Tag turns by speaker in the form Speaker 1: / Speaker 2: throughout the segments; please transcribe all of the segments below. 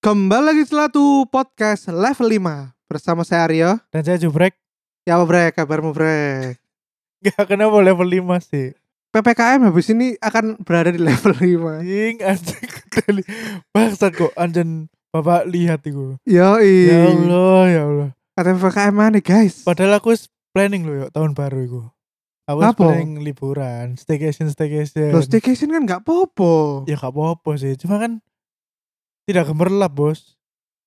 Speaker 1: Kembali lagi setelah tuh podcast level 5 Bersama saya Aryo
Speaker 2: Dan saya jubrek
Speaker 1: Ya apa Brek, kabarmu Brek
Speaker 2: Gak kenapa level 5 sih
Speaker 1: PPKM habis ini akan berada di level 5
Speaker 2: Anjing anjing kali Bangsat kok anjen Bapak lihat itu
Speaker 1: Yoi
Speaker 2: Ya Allah ya Allah
Speaker 1: Kata PPKM mana guys
Speaker 2: Padahal aku wis planning loh yuk tahun baru itu Aku wis
Speaker 1: Apa?
Speaker 2: planning liburan Staycation staycation
Speaker 1: Lo staycation kan gak popo
Speaker 2: Ya gak apa-apa sih Cuma kan Tidak gemerlap bos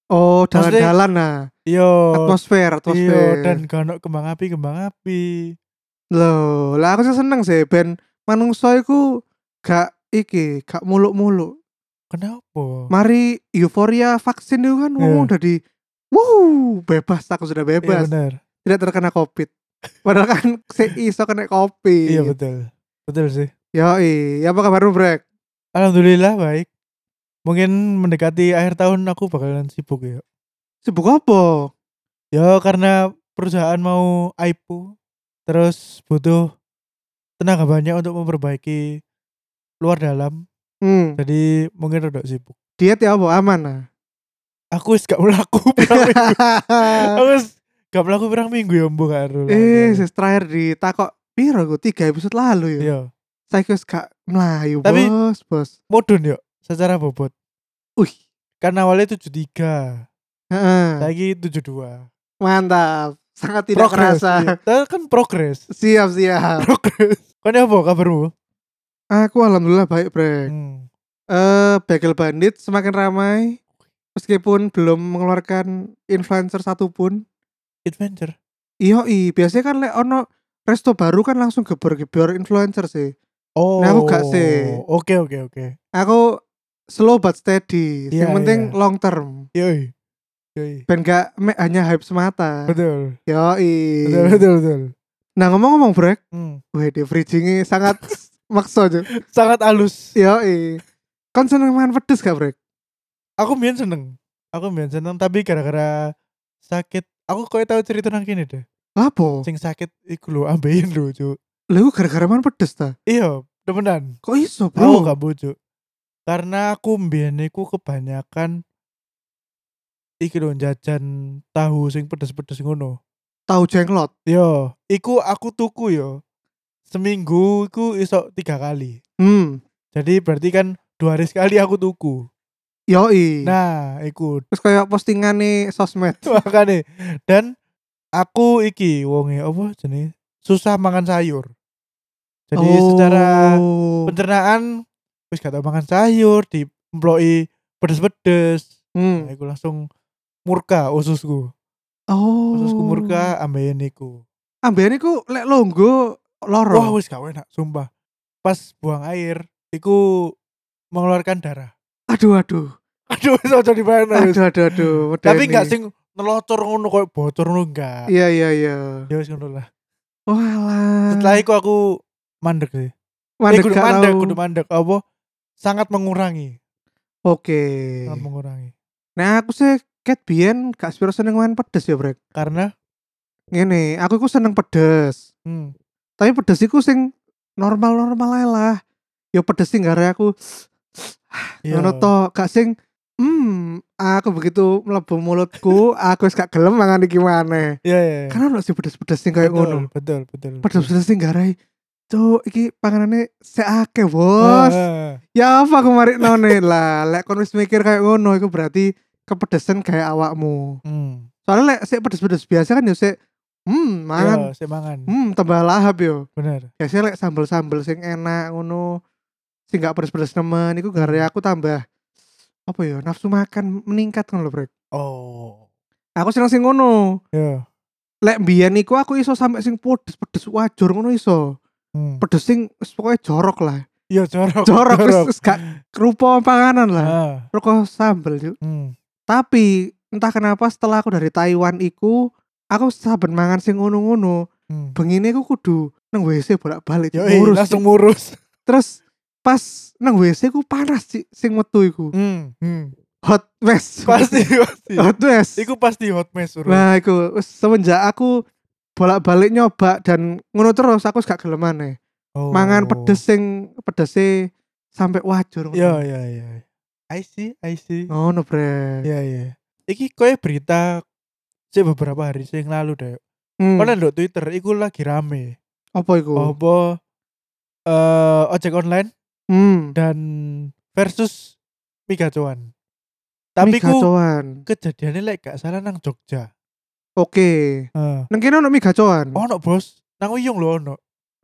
Speaker 1: Oh
Speaker 2: Maksudnya-
Speaker 1: jalan-jalan nah
Speaker 2: Yo
Speaker 1: Atmosfer,
Speaker 2: Yo
Speaker 1: atmosfer
Speaker 2: Iya, dan gak kembang api kembang api
Speaker 1: Loh, lah aku sih seneng sih Ben manungso iku gak iki, gak muluk-muluk
Speaker 2: Kenapa?
Speaker 1: Mari euforia vaksin itu kan ngomong udah di Wuh, bebas aku sudah
Speaker 2: Iya
Speaker 1: bebas
Speaker 2: benar
Speaker 1: tidak terkena covid padahal kan si iso kena kopi
Speaker 2: Iya betul Betul sih
Speaker 1: yoi apa kabar brek
Speaker 2: Alhamdulillah baik. Mungkin mendekati akhir tahun aku bakalan sibuk ya.
Speaker 1: sibuk apa
Speaker 2: Ya karena perusahaan mau IPO terus butuh tenaga banyak untuk memperbaiki luar dalam.
Speaker 1: hmm.
Speaker 2: Jadi mungkin rada sibuk.
Speaker 1: diet ya apa aman nah
Speaker 2: Aku wis gak melaku pirang minggu. aku wis gak melaku pirang minggu ya mbok karo.
Speaker 1: eh sis terakhir di takok piro gue tiga episode lalu ya
Speaker 2: Yo,
Speaker 1: saya kira gak melayu
Speaker 2: Iya. Tapi-
Speaker 1: bos bos
Speaker 2: modun yo secara bobot.
Speaker 1: Wih.
Speaker 2: Kan awalnya 73,
Speaker 1: Heeh.
Speaker 2: lagi 72.
Speaker 1: mantap sangat tidak Nah.
Speaker 2: Progress,
Speaker 1: kerasa
Speaker 2: iya. Tapi kan progres.
Speaker 1: siap siap
Speaker 2: Progres. Kan apa kabarmu?
Speaker 1: aku alhamdulillah baik brek
Speaker 2: Hmm.
Speaker 1: eh bagel bandit semakin ramai meskipun belum mengeluarkan influencer satupun
Speaker 2: Adventure.
Speaker 1: Iya, i biasanya kan lek ono resto baru kan langsung gebor-gebor influencer sih.
Speaker 2: Oh.
Speaker 1: Nah, aku gak sih.
Speaker 2: Oke oke oke.
Speaker 1: Aku slow but steady.
Speaker 2: Iya,
Speaker 1: yang penting
Speaker 2: iya.
Speaker 1: long term.
Speaker 2: Yoi. Yoi.
Speaker 1: Ben gak me- hanya hype semata.
Speaker 2: Betul.
Speaker 1: Yo i.
Speaker 2: Betul betul betul.
Speaker 1: Nah ngomong-ngomong brek,
Speaker 2: Hmm.
Speaker 1: wih di bridgingnya sangat maksa aja.
Speaker 2: Sangat halus.
Speaker 1: Yo i. Kon seneng makan pedes gak brek?
Speaker 2: Aku mien seneng. Aku mien seneng tapi gara-gara sakit. Aku kau tahu cerita nang kene deh.
Speaker 1: Lapo?
Speaker 2: Sing sakit iku lho ambeien lho, Cuk.
Speaker 1: Lu gara-gara makan pedes ta?
Speaker 2: Iya, temenan.
Speaker 1: Kok iso
Speaker 2: Aku
Speaker 1: bro?
Speaker 2: gak bojo. Karena aku mbiyen iku kebanyakan iki lho jajan tahu sing pedes-pedes ngono.
Speaker 1: Tahu jenglot?
Speaker 2: Yo, iku aku tuku yo. Seminggu iku iso tiga kali.
Speaker 1: Hmm.
Speaker 2: Jadi berarti kan dua hari sekali aku tuku.
Speaker 1: Yo i.
Speaker 2: Nah, iku
Speaker 1: Terus kayak postingan nih sosmed.
Speaker 2: makane. Dan aku iki wonge apa jenis susah mangan sayur. Jadi secara
Speaker 1: Oh.
Speaker 2: pencernaan wis gak tau mangan sayur, diemploi pedes-pedes.
Speaker 1: Hmm.
Speaker 2: Nah, iku langsung murka ususku.
Speaker 1: Oh.
Speaker 2: Ususku murka ambeien iku.
Speaker 1: Ambean iku lek longgo loro.
Speaker 2: Wah, wis gak enak, sumpah. Pas buang air, iku mengeluarkan darah.
Speaker 1: aduh aduh.
Speaker 2: Aduh, wis aja dibayangno, wis.
Speaker 1: Aduh aduh aduh. medeni.
Speaker 2: Tapi enggak sing nelocor ngono koyo bocor ngono enggak.
Speaker 1: Iya iya iya.
Speaker 2: Ya wis ngono lah.
Speaker 1: Walah.
Speaker 2: Setelah itu aku mandek sih. Eh,
Speaker 1: mandek
Speaker 2: kudu
Speaker 1: gak
Speaker 2: mandek,
Speaker 1: tau.
Speaker 2: kudu mandek. Apa? Sangat mengurangi,
Speaker 1: Oke.
Speaker 2: sangat mengurangi.
Speaker 1: Nah, aku sih ket biyen gak sepiro seneng makan pedes ya, Brek.
Speaker 2: Karena
Speaker 1: Ngene, aku iku seneng pedes.
Speaker 2: hmm,
Speaker 1: Tapi pedes iku sing normal-normal ae lah. Yo pedes sing gara aku
Speaker 2: iya.
Speaker 1: ngono to, gak sing hmm, aku begitu mlebu mulutku, aku wis gak gelem mangan iki maneh.
Speaker 2: Iya, iya. iya.
Speaker 1: Karena ono sih pedes-pedes sing Kan kayak
Speaker 2: betul,
Speaker 1: ngono.
Speaker 2: betul, betul.
Speaker 1: pedes-pedes sing garai cuk iki panganane seake
Speaker 2: Ah,
Speaker 1: bos
Speaker 2: ah.
Speaker 1: ya apa kemarin none lah lek kon wis mikir kayak ngono iku berarti kepedesan kayak awakmu
Speaker 2: Hmm.
Speaker 1: soalnya lek sik pedes-pedes biasa kan yo sik hmm mangan
Speaker 2: Iya, saya mangan.
Speaker 1: hmm tambah lahap yo
Speaker 2: Bener.
Speaker 1: biasanya lek sambel-sambel sing enak ngono sing gak pedes-pedes nemen iku gara aku tambah apa yo nafsu makan meningkat kan lho brek
Speaker 2: Oh.
Speaker 1: aku seneng sing ngono
Speaker 2: Iya.
Speaker 1: lek mbiyen iku aku iso sampe sing pedes-pedes wajur ngono iso
Speaker 2: Hmm.
Speaker 1: pedes sing wis pokoknya jorok lah
Speaker 2: Iya, jorok.
Speaker 1: jorok wis wis gak rupa panganan lah
Speaker 2: Ah,
Speaker 1: rupa sambel yuk
Speaker 2: hmm.
Speaker 1: tapi entah kenapa setelah aku dari Taiwan iku aku saben mangan sing ngono-ngono
Speaker 2: hmm.
Speaker 1: bengine aku kudu nang WC bolak-balik
Speaker 2: Yoi,
Speaker 1: ngurus
Speaker 2: langsung ngurus.
Speaker 1: terus pas nang WC ku panas sih sing metu iku
Speaker 2: Hmm. hmm.
Speaker 1: hot mess
Speaker 2: Pasti, pasti.
Speaker 1: hot mess
Speaker 2: Iku pasti hot mess. Bro.
Speaker 1: nah iku wis semenjak aku bolak-balik nyoba dan ngono terus aku wis gak e. gelem maneh
Speaker 2: Oh.
Speaker 1: mangan pedes sing pedese sampai wajur ngono.
Speaker 2: Iya, iya, iya. I see, I see.
Speaker 1: Ngono, Bre.
Speaker 2: Iya, iya. Iki koyo berita sih beberapa hari sing lalu deh.
Speaker 1: Hmm.
Speaker 2: Mana ndok Twitter iku lagi rame.
Speaker 1: Apa iku?
Speaker 2: Apa eh ojek online
Speaker 1: Hmm.
Speaker 2: dan versus migacuan. Tapi ku
Speaker 1: gacoan.
Speaker 2: kejadiannya lek gak salah nang Jogja.
Speaker 1: Oke.
Speaker 2: Heeh.
Speaker 1: Nang kene ono mie gacoan.
Speaker 2: Ono, Bos. Nang Uyung lho ono.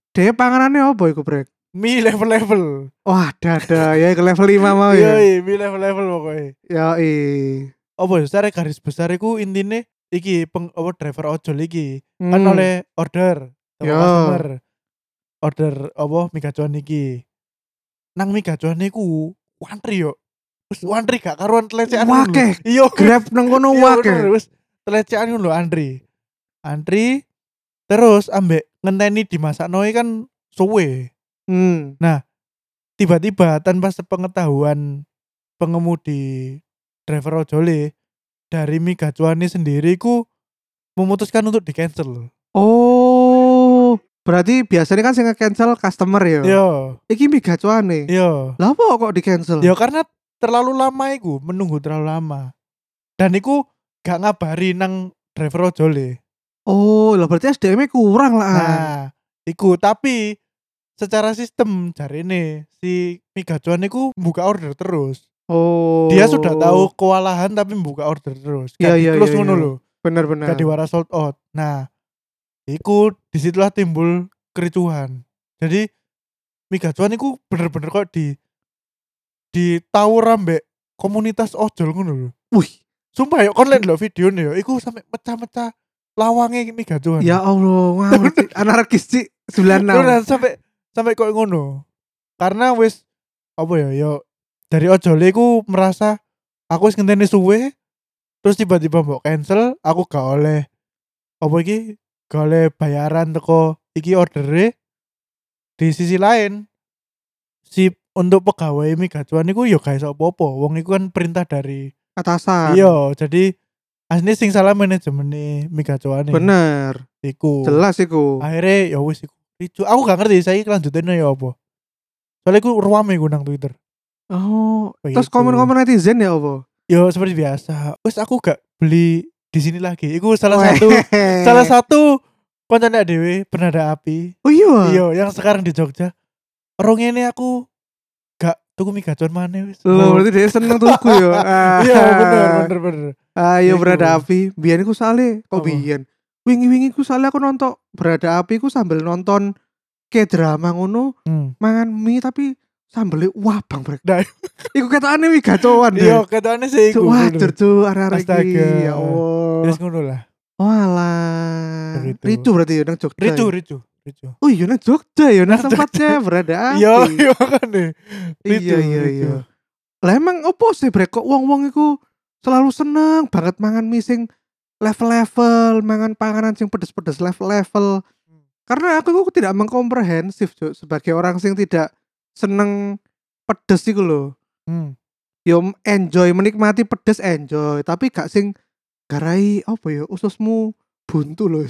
Speaker 1: Dhewe panganane apa iku, Bre?
Speaker 2: Mi level-level.
Speaker 1: Wah, dada ya ke level 5 mau ya.
Speaker 2: Yoi, mi level-level pokoknya.
Speaker 1: Ya,
Speaker 2: Apa ya, secara garis besar iku intine iki peng, apa, driver ojol iki
Speaker 1: Hmm.
Speaker 2: kan oleh order sama
Speaker 1: Yo.
Speaker 2: customer. Order apa migacuan iki. Nang migacuan iku wantri yo. Wis wantri gak karuan telecekan. ngono lho.
Speaker 1: Wakeh.
Speaker 2: Iya.
Speaker 1: Grab nang kono
Speaker 2: Iya, bener,
Speaker 1: wae.
Speaker 2: Wis telecekan ngono lho antri. Antri terus ambek ngenteni dimasaknoe kan suwe.
Speaker 1: Hmm.
Speaker 2: Tiba-tiba tanpa sepengetahuan pengemudi driver ojole dari migacuane sendiri ku memutuskan untuk di cancel.
Speaker 1: Oh, berarti biasanya kan sing cancel customer ya.
Speaker 2: Yo,
Speaker 1: Iki mie gacoane.
Speaker 2: yo.
Speaker 1: Lah apa kok di cancel?
Speaker 2: Ya Iya, karena terlalu lama iku, menunggu terlalu lama. Dan iku gak ngabari nang driver ojole.
Speaker 1: Oh, lah berarti SDM-nya kurang lah.
Speaker 2: Nah, iku tapi secara sistem cari ini si Migacuan iku buka order terus.
Speaker 1: Oh.
Speaker 2: Dia sudah tahu kewalahan tapi buka order terus. Gak
Speaker 1: Iya, iya,
Speaker 2: di-close
Speaker 1: iya,
Speaker 2: ngono
Speaker 1: iya.
Speaker 2: lho.
Speaker 1: bener-bener.
Speaker 2: Gak diwara sold out. Nah, iku disitulah timbul kericuhan. Jadi Migacuan iku bener-bener kok di ditawur ambek komunitas ojol ngono lho.
Speaker 1: Wih,
Speaker 2: Sumpah yo online lho video yo iku sampe mecah-mecah lawange Migacuan.
Speaker 1: ya Allah, wow, Cik. anarkis sih
Speaker 2: Beneran
Speaker 1: 96.
Speaker 2: sampai sampai kok ngono. Karena wis apa ya yo dari ojole ku merasa aku wis ngenteni suwe terus tiba-tiba mau cancel aku gak oleh apa iki gak oleh bayaran teko iki ordere di sisi lain si untuk pegawai migacuan iku yo guys apa-apa wong iku kan perintah dari
Speaker 1: Atasan.
Speaker 2: iya jadi aslinya sing salah manajemen migacuan
Speaker 1: Bener.
Speaker 2: iku
Speaker 1: Jelas iku.
Speaker 2: akhirnya ya wis iku ricu aku gak ngerti saya lanjutinnya ya apa soalnya aku ruame iku nang twitter
Speaker 1: Oh, terus
Speaker 2: Begitu.
Speaker 1: komen-komen netizen ya apa?
Speaker 2: ya seperti biasa wis aku gak beli di sini lagi iku salah satu salah satu konten dewe penada api
Speaker 1: Oh iya.
Speaker 2: iya yang sekarang di Jogja rong ini aku gak tuku mie gacuan mana wis
Speaker 1: Loh,
Speaker 2: Oh.
Speaker 1: berarti dia seneng tuku ya. Ah.
Speaker 2: iya bener bener bener
Speaker 1: Ayo
Speaker 2: Iku.
Speaker 1: berada api. Biyen ku sale kok
Speaker 2: Apa?
Speaker 1: biyen. Wingi-wingi ku sale aku nonton berada api ku sambil nonton ke drama ngono
Speaker 2: hmm.
Speaker 1: mangan mie tapi sambelnya wabang brek.
Speaker 2: Nah.
Speaker 1: iku ketane wih gacoan
Speaker 2: iya
Speaker 1: deh.
Speaker 2: katanya sih iku
Speaker 1: Wah,
Speaker 2: bener.
Speaker 1: jujur arek-arek
Speaker 2: Astaga.
Speaker 1: iki. Ya Allah.
Speaker 2: Wis ngono lah
Speaker 1: Walah.
Speaker 2: Ritu.
Speaker 1: Ricu berarti ya nang Jogja. ya?
Speaker 2: ricu ricu ricu
Speaker 1: Oh iya nang Jogja ya nang
Speaker 2: Nang
Speaker 1: tempatnya berada api.
Speaker 2: iya iya kan deh
Speaker 1: iya
Speaker 2: ricu,
Speaker 1: iya
Speaker 2: ricu.
Speaker 1: iya. Lah emang opo sih brek kok wong-wong iku selalu seneng banget mangan mie sing level-level, mangan panganan sing pedes-pedes level-level.
Speaker 2: Hmm.
Speaker 1: Karena aku iku tidak mengkomprehensif Cuk, sebagai orang sing tidak seneng pedes iku lho.
Speaker 2: Hmm.
Speaker 1: Yo enjoy menikmati pedes enjoy, tapi gak sing garai apa ya ususmu buntu lho.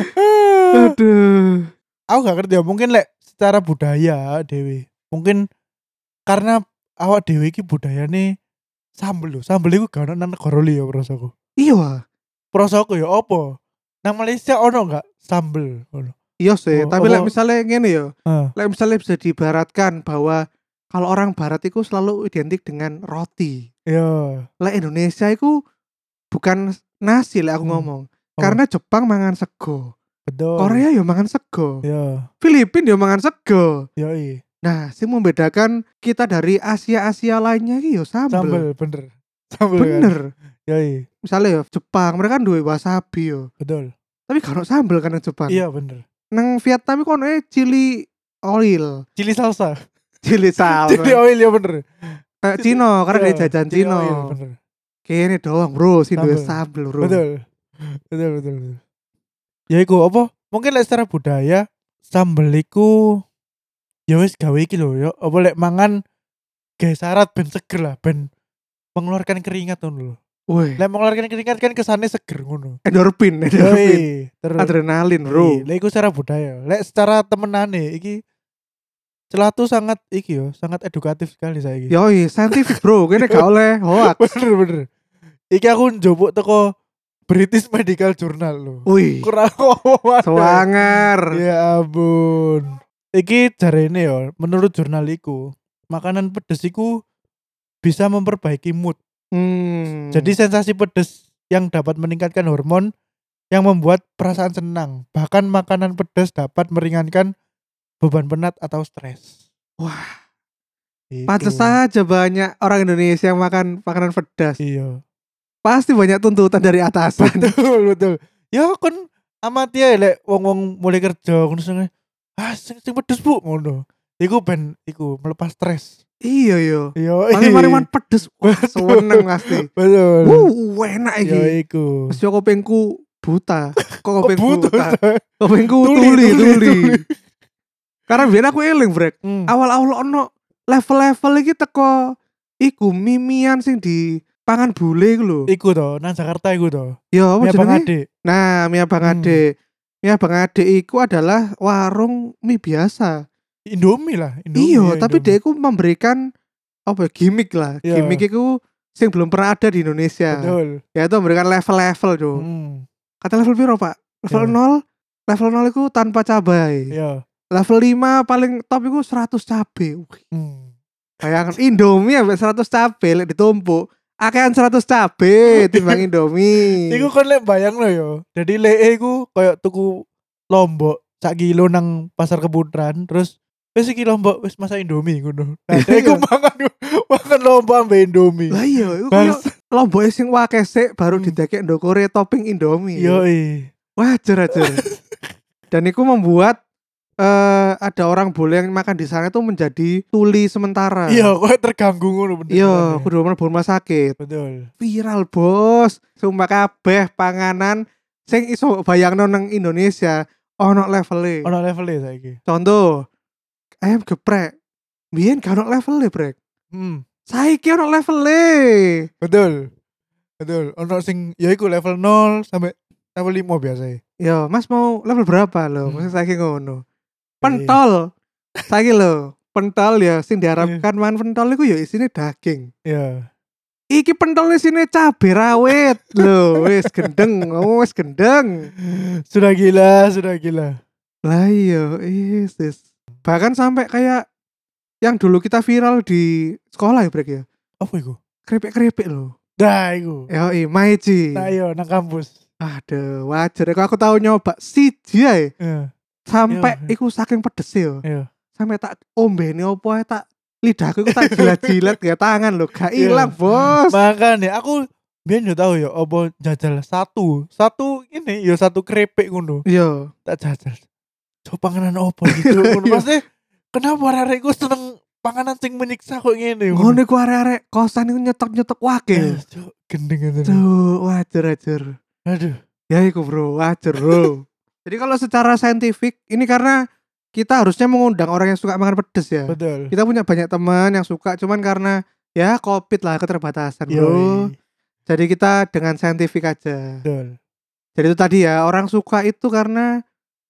Speaker 2: Ah.
Speaker 1: Aduh.
Speaker 2: aku gak ngerti ya mungkin lek secara budaya dewe mungkin karena awak dewe iki budayane sambel lho sambel iku gak ono nang negara liya prosoku
Speaker 1: Iya. wah.
Speaker 2: prosoku ya apa nang Malaysia ono gak sambel ono
Speaker 1: Iya sih,
Speaker 2: Oh,
Speaker 1: tapi lek
Speaker 2: apa-
Speaker 1: misalnya ngene ya,
Speaker 2: Heeh.
Speaker 1: Lah misalnya bisa diibaratkan bahwa kalau orang barat itu selalu identik dengan roti.
Speaker 2: ya
Speaker 1: Lah Indonesia itu bukan nasi lah aku
Speaker 2: Hmm. Oh,
Speaker 1: ngomong. Karena Jepang mangan sego,
Speaker 2: betul
Speaker 1: Korea yo mangan sego,
Speaker 2: ya
Speaker 1: Filipina yo mangan sego.
Speaker 2: ya iya
Speaker 1: Nah, sing membedakan kita dari Asia-Asia lainnya iki yo sambel.
Speaker 2: sambel bener sambel kan?
Speaker 1: Bener.
Speaker 2: ya iya
Speaker 1: Misalnya yo Jepang, mereka kan duwe wasabi yo.
Speaker 2: betul
Speaker 1: Tapi kalau sambel kan nang Jepang.
Speaker 2: iya bener
Speaker 1: Nang Vietnam iku ono chili oil,
Speaker 2: cili salsa
Speaker 1: chili
Speaker 2: cili
Speaker 1: salsa.
Speaker 2: oil ya bener
Speaker 1: Eh, Cino, karena
Speaker 2: Iya,
Speaker 1: dia jajan
Speaker 2: cili
Speaker 1: Cino.
Speaker 2: oil, bener
Speaker 1: Kene doang bro, sing duwe sambel
Speaker 2: Sambel.
Speaker 1: bro.
Speaker 2: betul betul betul, betul. ya iku apa mungkin lek secara budaya sambel iku ya wis gawe iki lho ya apa lek mangan gawe syarat ben seger lah ben mengeluarkan keringat ngono lho
Speaker 1: Wih,
Speaker 2: lek mengeluarkan keringat kan kesannya seger ngono
Speaker 1: endorfin, endorfin,
Speaker 2: Yoi, terus
Speaker 1: adrenalin Ya bro.
Speaker 2: Iya, lek iku secara budaya lek secara temenane iki celatu sangat iki yo, sangat edukatif sekali saiki.
Speaker 1: Yoi, saintif bro, kene gak oleh hoax.
Speaker 2: bener bener. Iki aku njupuk teko British Medical Journal lho.
Speaker 1: Wih,
Speaker 2: Kurang ngomong.
Speaker 1: swanger.
Speaker 2: Ya ampun. Iki jarene yo, menurut jurnal iku, makanan pedes iku bisa memperbaiki mood.
Speaker 1: Hmm.
Speaker 2: Jadi sensasi pedes yang dapat meningkatkan hormon yang membuat perasaan senang. Bahkan makanan pedas dapat meringankan beban penat atau stres.
Speaker 1: Wah.
Speaker 2: Gitu.
Speaker 1: pantes saja banyak orang Indonesia yang makan makanan pedas.
Speaker 2: Iya.
Speaker 1: Pasti banyak tuntutan dari atasan.
Speaker 2: Betul, betul. Ya kon amati ya lek wong-wong mulai kerja ngono sing ah sing, sing pedes Bu ngono. Iku ben iku melepas stres.
Speaker 1: iya yo.
Speaker 2: Iya.
Speaker 1: Mari-mari pedes. Wah,
Speaker 2: Betul.
Speaker 1: seneng pasti.
Speaker 2: Betul.
Speaker 1: Wuh, enak iki.
Speaker 2: Ya iku.
Speaker 1: Mesti kupingku buta. Kok kupingku
Speaker 2: Butuh.
Speaker 1: buta? Kupingku
Speaker 2: Oh, Tuli,
Speaker 1: tuli,
Speaker 2: tuli,
Speaker 1: tuli.
Speaker 2: tuli.
Speaker 1: Karena biar aku eling, Brek.
Speaker 2: Hmm.
Speaker 1: Awal-awal ono level-level iki teko iku mimian sing di pangan bule iku lho.
Speaker 2: Iku to, nang Jakarta iku to.
Speaker 1: Ya apa
Speaker 2: Ya Iya, Bang
Speaker 1: jenenge?
Speaker 2: Ade.
Speaker 1: Nah, Mia Bang
Speaker 2: Hmm.
Speaker 1: Ade. Mia Bang Ade iku adalah warung mie biasa.
Speaker 2: Indomie lah, Indomie.
Speaker 1: Iya,
Speaker 2: ya,
Speaker 1: tapi
Speaker 2: Indomie.
Speaker 1: dia iku memberikan apa ya, gimmick lah.
Speaker 2: Iya.
Speaker 1: Gimmick iku sing belum pernah ada di Indonesia.
Speaker 2: Betul.
Speaker 1: Yaitu memberikan level-level, Cuk.
Speaker 2: Hmm.
Speaker 1: Kata level piro, Pak? Level
Speaker 2: Iya.
Speaker 1: 0 Level 0 iku tanpa cabai.
Speaker 2: Iya.
Speaker 1: Level 5 paling top iku 100 cabe. Wih,
Speaker 2: Hmm.
Speaker 1: Bayangkan Indomie ambek 100 cabe lek ditumpuk. Akean 100 cabe timbang Indomie.
Speaker 2: Iku kon lek bayang lo yo. Jadi lee iku koyo tuku lombok sak kilo nang pasar kebutuhan terus wis iki lombok wis masak indomie ngono. Nah, dia iku
Speaker 1: Iya.
Speaker 2: mangan mangan lombok ambe indomie.
Speaker 1: Lah iya, iku koyo
Speaker 2: Bangsa.
Speaker 1: lomboke sing wake sik baru
Speaker 2: Hmm.
Speaker 1: didekek ndokore topping Indomie.
Speaker 2: Yo i.
Speaker 1: Wajar aja. Dan iku membuat eh ada orang boleh yang makan di sana itu menjadi tuli sementara.
Speaker 2: Iya, koyo terganggu ngono bener.
Speaker 1: Nah. Iya, kudu mlebu rumah sakit.
Speaker 2: betul.
Speaker 1: Viral, Bos. Sumpah kabeh panganan sing iso bayangno nang Indonesia ono levele.
Speaker 2: Ono levelnya saiki.
Speaker 1: Contoh ayam geprek. Biyen gak ono levele, Brek.
Speaker 2: Hmm,
Speaker 1: Saiki ono e. levele.
Speaker 2: betul. Betul. Ono sing ya iku level 0 sampai level 5 biasa. e.
Speaker 1: Yo, Mas mau level berapa lo?
Speaker 2: Hmm.
Speaker 1: Maksudnya saiki ngono. Pentol. Saiki lo, pentol ya sing diharapkan mangan pentol iku ya isine daging.
Speaker 2: Iya.
Speaker 1: Iki pentol isine cabe rawit. Loh, wis gendeng, oh, wis gendeng.
Speaker 2: Sudah gila, sudah gila.
Speaker 1: Lah iya, is, is. Bahkan sampai kayak yang dulu kita viral di sekolah ya, Brek ya.
Speaker 2: Apa iku?
Speaker 1: Keripik-keripik loh.
Speaker 2: Dah iku.
Speaker 1: Yoi, Maici.
Speaker 2: Nah, yo nang kampus.
Speaker 1: Aduh, wajar. ya, Kok aku tahu nyoba siji ae.
Speaker 2: Iya.
Speaker 1: Sampai
Speaker 2: Iya.
Speaker 1: iku saking pedes yo.
Speaker 2: Iya.
Speaker 1: Sampai tak ombeni opo ae tak lidahku iku tak jilat-jilat ya tangan loh. Gak
Speaker 2: Iya.
Speaker 1: ilang, Bos.
Speaker 2: Makanya aku biar yo tahu ya opo jajal satu. Satu ini yo satu keripik ngono.
Speaker 1: Yo.
Speaker 2: Tak jajal. Coba panganan opo gitu ngono.
Speaker 1: Iya.
Speaker 2: Pasti kenapa arek iku seneng panganan sing menyiksa kok ngene
Speaker 1: Ngono iku arek-arek kosan iku nyetok-nyetok
Speaker 2: Eh,
Speaker 1: wakil.
Speaker 2: cuk, gendeng itu.
Speaker 1: Tuh, wajar wajar.
Speaker 2: Aduh.
Speaker 1: Ya iku bro, wajar bro. Jadi kalau secara saintifik ini karena kita harusnya mengundang orang yang suka makan pedes ya.
Speaker 2: Betul.
Speaker 1: Kita punya banyak teman yang suka, cuman karena ya covid lah keterbatasan bro.
Speaker 2: Yoi,
Speaker 1: Jadi kita dengan saintifik aja.
Speaker 2: Betul.
Speaker 1: Jadi itu tadi ya orang suka itu karena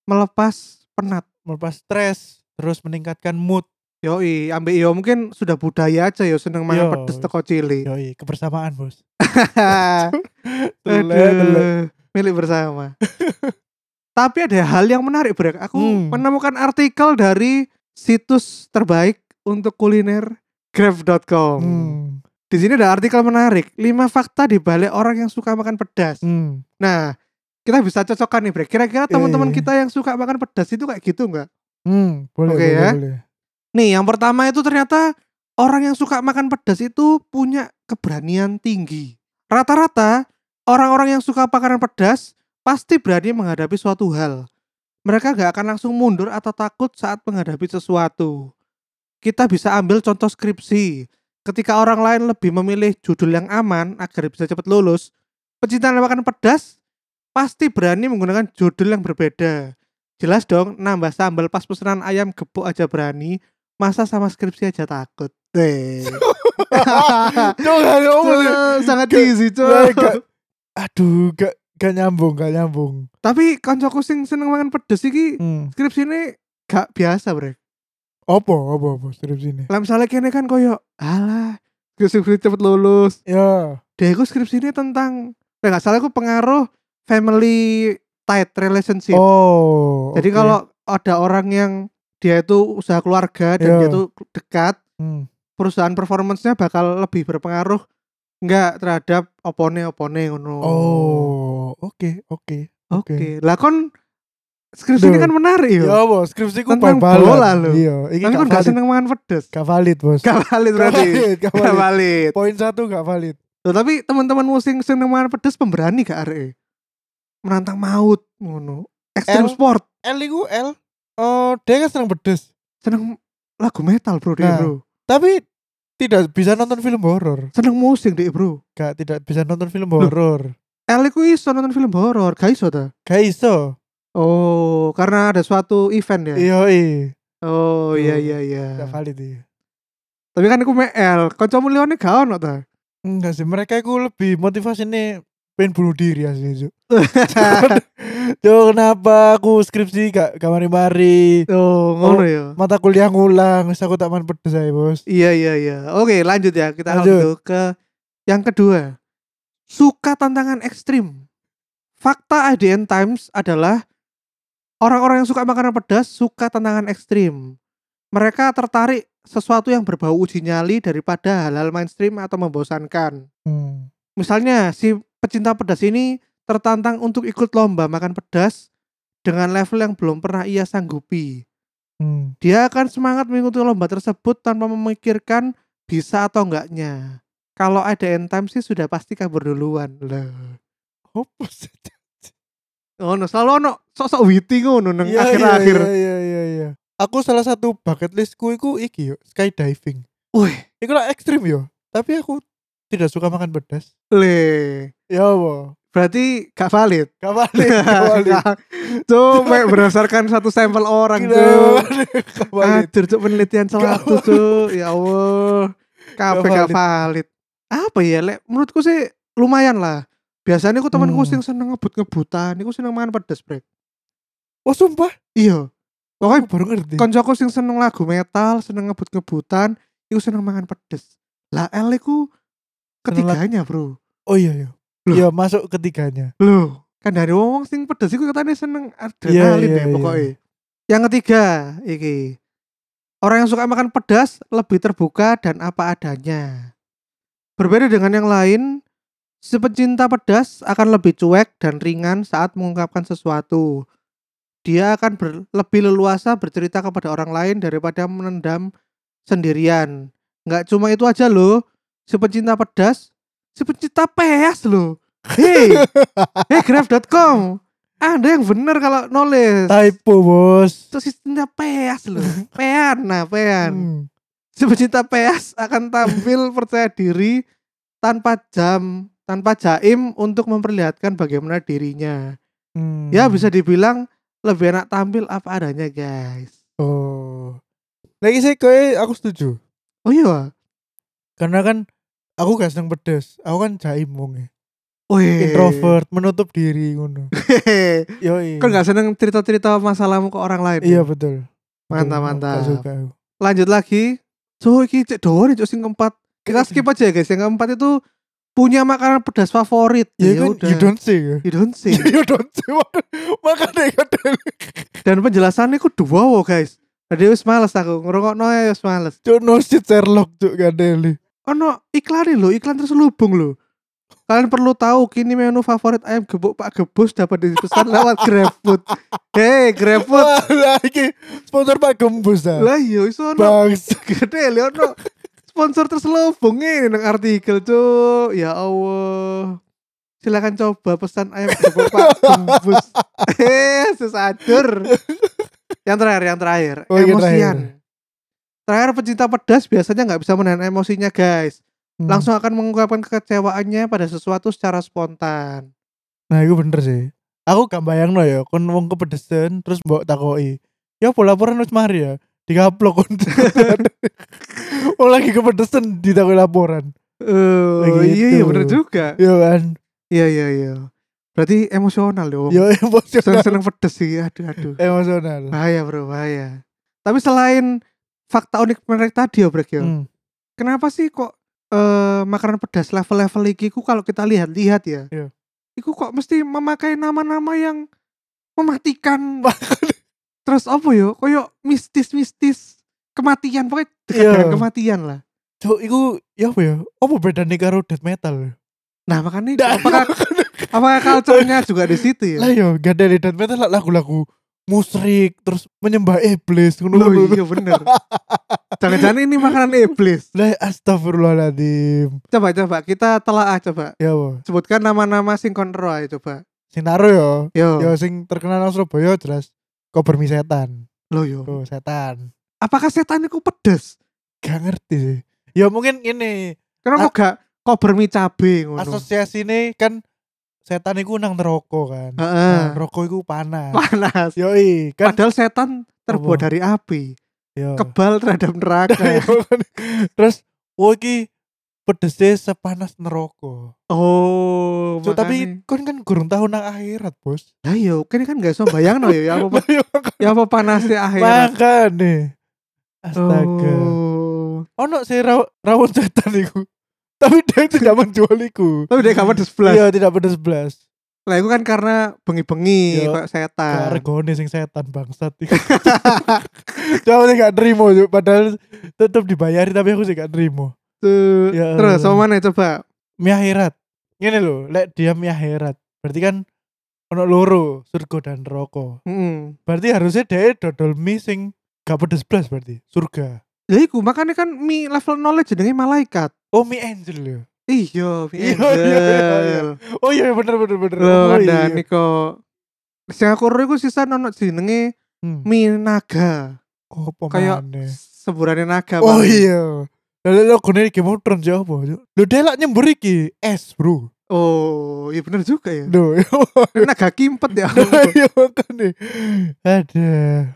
Speaker 1: melepas penat.
Speaker 2: Melepas stres terus meningkatkan mood.
Speaker 1: Yoi, ambil yo mungkin sudah budaya aja yo seneng makan
Speaker 2: Yo.
Speaker 1: pedes teko cili.
Speaker 2: Yoi, kebersamaan, Bos. Telek, telek.
Speaker 1: Aduh, milik bersama. Tapi ada hal yang menarik, Brek. Aku
Speaker 2: Hmm.
Speaker 1: menemukan artikel dari situs terbaik untuk kuliner grab.com.
Speaker 2: Hmm.
Speaker 1: Di sini ada artikel menarik, 5 fakta di balik orang yang suka makan pedas.
Speaker 2: Hmm.
Speaker 1: Nah, kita bisa cocokkan nih, Brek. Kira-kira
Speaker 2: Iya,
Speaker 1: teman-teman
Speaker 2: iya.
Speaker 1: kita yang suka makan pedas itu kayak gitu nggak?
Speaker 2: Hmm, boleh,
Speaker 1: Oke
Speaker 2: boleh,
Speaker 1: ya.
Speaker 2: boleh.
Speaker 1: Nih, yang pertama itu ternyata orang yang suka makan pedas itu punya keberanian tinggi. Rata-rata orang-orang yang suka makanan pedas pasti berani menghadapi suatu hal. Mereka gak akan langsung mundur atau takut saat menghadapi sesuatu. Kita bisa ambil contoh skripsi. Ketika orang lain lebih memilih judul yang aman agar bisa cepat lulus, pecinta makan pedas pasti berani menggunakan judul yang berbeda. Jelas dong, nambah sambal pas pesanan ayam gepuk aja berani, masa sama skripsi aja takut. Deh.
Speaker 2: Cuk, gak ada omong.
Speaker 1: sangat
Speaker 2: Gak-
Speaker 1: easy cuy.
Speaker 2: Lah, gak- Aduh, gak gak nyambung, gak nyambung.
Speaker 1: Tapi kancaku sing seneng mangan pedes iki
Speaker 2: Hmm.
Speaker 1: skripsine gak biasa, Brek.
Speaker 2: Apa apa apa skripsi ini?
Speaker 1: Lah misalnya kene kan koyo alah skripsi cepet lulus.
Speaker 2: Ya,
Speaker 1: Dia iku skripsi ini tentang nah, nggak salah aku pengaruh family tight relationship.
Speaker 2: oh.
Speaker 1: Jadi
Speaker 2: oke.
Speaker 1: kalau ada orang yang dia itu usaha keluarga dan
Speaker 2: Iya.
Speaker 1: dia itu dekat,
Speaker 2: Hmm,
Speaker 1: perusahaan performance-nya bakal lebih berpengaruh enggak terhadap opone-opone ngono.
Speaker 2: Oh, oke oke.
Speaker 1: Oke. Lah kon skripsi ini
Speaker 2: Duh.
Speaker 1: kan menarik yo.
Speaker 2: Ya apa skripsiku
Speaker 1: Tentang
Speaker 2: bal-balan.
Speaker 1: bola lho.
Speaker 2: Iya, ini
Speaker 1: Tapi
Speaker 2: gak
Speaker 1: kon gak
Speaker 2: valid.
Speaker 1: seneng mangan pedes.
Speaker 2: Gak valid, Bos.
Speaker 1: Gak valid
Speaker 2: Gak
Speaker 1: berarti.
Speaker 2: valid, gak
Speaker 1: Gak
Speaker 2: valid.
Speaker 1: valid.
Speaker 2: Poin satu gak valid.
Speaker 1: Loh, tapi teman-temanmu sing seneng mangan pedes pemberani gak arek? e? Menantang maut ngono. Extreme
Speaker 2: El-
Speaker 1: sport.
Speaker 2: L iku L. Oh, dia kan seneng pedes.
Speaker 1: Seneng lagu metal bro dia
Speaker 2: Nah.
Speaker 1: bro.
Speaker 2: Tapi tidak bisa nonton film horor.
Speaker 1: Seneng musik dia bro.
Speaker 2: Gak tidak bisa nonton film horor.
Speaker 1: El iku iso nonton film horor, gak iso ta?
Speaker 2: Gak iso.
Speaker 1: Oh, karena ada suatu event ya.
Speaker 2: Iya, iya.
Speaker 1: Oh iya
Speaker 2: Tuh.
Speaker 1: iya iya.
Speaker 2: Gak valid iya.
Speaker 1: Tapi kan aku mel, kancamu liyane gak ono ta.
Speaker 2: Enggak sih, mereka itu lebih motivasi nih pengen bunuh diri asli itu. Tuh kenapa aku skripsi gak gak mari-mari.
Speaker 1: Oh, ngono ya.
Speaker 2: Mata kuliah ngulang, wis aku tak main pedes ae, Bos.
Speaker 1: Iya iya iya. Oke, lanjut ya. Kita
Speaker 2: Lanjut.
Speaker 1: lanjut ke yang kedua. Suka tantangan ekstrim. Fakta IDN Times adalah orang-orang yang suka makanan pedas suka tantangan ekstrim. Mereka tertarik sesuatu yang berbau uji nyali daripada halal mainstream atau membosankan.
Speaker 2: Hmm.
Speaker 1: Misalnya si pecinta pedas ini tertantang untuk ikut lomba makan pedas dengan level yang belum pernah ia sanggupi.
Speaker 2: Hmm.
Speaker 1: Dia akan semangat mengikuti lomba tersebut tanpa memikirkan bisa atau enggaknya. Kalau ada end time sih sudah pasti kabur duluan. Lah.
Speaker 2: Apa sih?
Speaker 1: Ono selalu ono sosok witty ngono nang
Speaker 2: Iya,
Speaker 1: akhir-akhir.
Speaker 2: Iya iya iya iya. Aku salah satu bucket listku iku iki yo, skydiving.
Speaker 1: Wih,
Speaker 2: Iku lah ekstrim yo, tapi aku tidak suka makan pedas.
Speaker 1: le.
Speaker 2: Ya apa?
Speaker 1: Berarti gak valid.
Speaker 2: Gak valid, gak valid.
Speaker 1: Cuma berdasarkan satu sampel orang
Speaker 2: Gila,
Speaker 1: tuh.
Speaker 2: gak valid.
Speaker 1: Aduh, cuk penelitian salah
Speaker 2: Gak
Speaker 1: satu tuh. Ya Allah. Kabeh gak
Speaker 2: Gak
Speaker 1: valid. Apa ya, Lek? Menurutku sih lumayan lah. Biasanya aku temanku
Speaker 2: Hmm.
Speaker 1: sing seneng ngebut-ngebutan, iku seneng makan pedes, Brek.
Speaker 2: Oh sumpah,
Speaker 1: Iya. Pokoknya
Speaker 2: aku baru ngerti.
Speaker 1: koncoku sing seneng lagu metal, seneng ngebut-ngebutan, iku seneng mangan pedes. Lah L iku
Speaker 2: Seneng lagu-
Speaker 1: ketiganya, Bro.
Speaker 2: Oh iya iya.
Speaker 1: Loh.
Speaker 2: Iya masuk ketiganya.
Speaker 1: Loh, kan dari wong sing pedes iku katanya seneng adrenalin
Speaker 2: Iya, iya,
Speaker 1: deh
Speaker 2: iya.
Speaker 1: pokoknya. Yang ketiga, iki. Orang yang suka makan pedas lebih terbuka dan apa adanya. Berbeda dengan yang lain, si pecinta pedas akan lebih cuek dan ringan saat mengungkapkan sesuatu. Dia akan ber- lebih leluasa bercerita kepada orang lain daripada menendam sendirian. Nggak cuma itu aja loh, si pecinta pedas, si pecinta PS loh. Hei, heygraph.com. Anda yang bener kalau nulis.
Speaker 2: Typo bos.
Speaker 1: Itu si pecinta PS loh. Pean, nah pean.
Speaker 2: Hmm.
Speaker 1: Si pecinta PS akan tampil percaya diri tanpa jam, tanpa jaim untuk memperlihatkan bagaimana dirinya.
Speaker 2: Hmm.
Speaker 1: Ya bisa dibilang lebih enak tampil apa adanya guys.
Speaker 2: Oh. Lagi sih kayak aku setuju.
Speaker 1: Oh iya.
Speaker 2: Karena kan aku gak seneng pedes. Aku kan jaim wong Iya,
Speaker 1: Wih.
Speaker 2: Introvert, menutup diri ngono. Yoi.
Speaker 1: Kan gak seneng cerita-cerita masalahmu ke orang lain.
Speaker 2: Iya betul.
Speaker 1: Mantap,
Speaker 2: Betul,
Speaker 1: mantap.
Speaker 2: gak suka aku.
Speaker 1: lanjut lagi so iki cek doang cok sing keempat kita skip aja ya guys yang keempat itu punya makanan pedas favorit
Speaker 2: Ya kan you don't say. ya.
Speaker 1: you don't see
Speaker 2: you don't say makan makane kadang
Speaker 1: dan penjelasannya ku dua wo guys jadi wis males aku ngerungokno ya wis males
Speaker 2: Cuk, no shit Sherlock cuk kadeli.
Speaker 1: ono iklan lho iklan terselubung lho kalian perlu tahu kini menu favorit ayam gebuk Pak Gebus dapat dipesan lewat GrabFood hei GrabFood
Speaker 2: Wah, lah iki sponsor Pak Gembus ah.
Speaker 1: lah yo iso ono
Speaker 2: Bangsa.
Speaker 1: gede lho ono sponsor terselubung ini nang artikel cuk ya Allah silakan coba pesan ayam gebuk Pak Gembus eh sesadur yang terakhir yang terakhir
Speaker 2: Oh, yang
Speaker 1: emosian terakhir. pecinta pedas biasanya nggak bisa menahan emosinya guys
Speaker 2: Hmm.
Speaker 1: langsung akan mengungkapkan kekecewaannya pada sesuatu secara spontan
Speaker 2: Nah, itu bener sih. Aku gak bayangno ya, kon wong kepedesan terus mbok takoki. Ya apa laporan wis mari ya? Digaplok kon. Wong lagi kepedesan ditakoki laporan.
Speaker 1: oh iya iya
Speaker 2: gitu.
Speaker 1: bener juga
Speaker 2: Ya kan.
Speaker 1: iya iya iya berarti emosional dong
Speaker 2: Ya emosional.
Speaker 1: seneng seneng pedes sih aduh aduh
Speaker 2: Emosional.
Speaker 1: Bahaya bro, bahaya. Tapi selain fakta unik menarik tadi ya Brek ya.
Speaker 2: Hmm.
Speaker 1: Kenapa sih kok eh, makanan pedas level-level iki ku kalau kita lihat-lihat ya.
Speaker 2: Iya.
Speaker 1: Iku kok mesti memakai nama-nama yang mematikan. Terus apa yo? Koyo mistis-mistis kematian pokoknya dekat
Speaker 2: Iya.
Speaker 1: dengan kematian lah.
Speaker 2: Cuk, iku ya apa ya? Apa bedane karo death metal?
Speaker 1: Nah makanya
Speaker 2: Nah,
Speaker 1: apakah apakah culture-nya juga di situ ya?
Speaker 2: Lah iya, yo, gak ada death metal lah lagu-lagu musrik terus menyembah iblis ngono
Speaker 1: Loh
Speaker 2: ngono.
Speaker 1: iya bener Jangan-jangan ini makanan iblis
Speaker 2: Lah astagfirullahaladzim.
Speaker 1: Coba coba kita telaah coba
Speaker 2: Ya apa?
Speaker 1: Sebutkan nama-nama sing konro ayo coba
Speaker 2: Sing taro yo. Yo
Speaker 1: Yo,
Speaker 2: sing terkenal nang Surabaya jelas Kobermi setan.
Speaker 1: Loh yo
Speaker 2: Oh, setan.
Speaker 1: Apakah setan itu pedes?
Speaker 2: Gak ngerti sih. Ya mungkin ini
Speaker 1: Kenapa
Speaker 2: A-
Speaker 1: gak kober mie cabe ngono
Speaker 2: asosiasi ini kan setan iku nang neraka kan.
Speaker 1: Heeh.
Speaker 2: Nah, rokok iku panas.
Speaker 1: Panas
Speaker 2: Yoi, kan
Speaker 1: Padahal setan terbuat
Speaker 2: Apa? Iya.
Speaker 1: dari api
Speaker 2: Yo. Nah, kan.
Speaker 1: Kebal terhadap neraka
Speaker 2: Terus oh iki pedesnya sepanas neraka.
Speaker 1: Oh
Speaker 2: Cuk,
Speaker 1: tapi
Speaker 2: tapi kon kan gurung tahu nang akhirat, Bos.
Speaker 1: Lah yo kini kan gak bisa bayang yo ya apa, ya apa panasnya akhirat
Speaker 2: Makane. Astaga.
Speaker 1: Oh.
Speaker 2: Ono sih raw- rawon setan iku. Tapi dia tidak menjual iku.
Speaker 1: Tapi dia gak pedes belas
Speaker 2: Iya, tidak pedes belas.
Speaker 1: Lah itu kan karena bengi-bengi
Speaker 2: Yo.
Speaker 1: kayak setan.
Speaker 2: Regone sing setan bangsat iku. Jauh sih gak nerimo Cuk. padahal tetep dibayari tapi aku sih gak nerimo.
Speaker 1: Tuh.
Speaker 2: Ya
Speaker 1: Terus
Speaker 2: Allah.
Speaker 1: sama mana coba?
Speaker 2: Mi akhirat. Ngene lho, lek dia mi akhirat. Berarti kan ono loro, surga dan neraka.
Speaker 1: Heeh.
Speaker 2: Berarti harusnya dia dodol mie sing gak pedes belas berarti. Surga.
Speaker 1: Ya iku makanya kan mi level knowledge jenenge malaikat.
Speaker 2: Oh mie angel ya.
Speaker 1: Iya, mi
Speaker 2: Iya, iya, iya, iya.
Speaker 1: angel.
Speaker 2: Oh iya bener bener bener.
Speaker 1: Lho
Speaker 2: Oh, iya.
Speaker 1: ada niko. Sing aku ro iku sisa ono jenenge
Speaker 2: Hmm.
Speaker 1: mi naga.
Speaker 2: Oh, apa
Speaker 1: Kayak
Speaker 2: maneh?
Speaker 1: Seburane naga.
Speaker 2: Oh
Speaker 1: paling.
Speaker 2: iya. Lalu lo gue Game of Thrones ya apa? Lo dia lah nyember iki es bro.
Speaker 1: Oh, iya bener juga ya.
Speaker 2: Duh, ya apa?
Speaker 1: Naga kimpet ya.
Speaker 2: Duh, iya makanya. Ada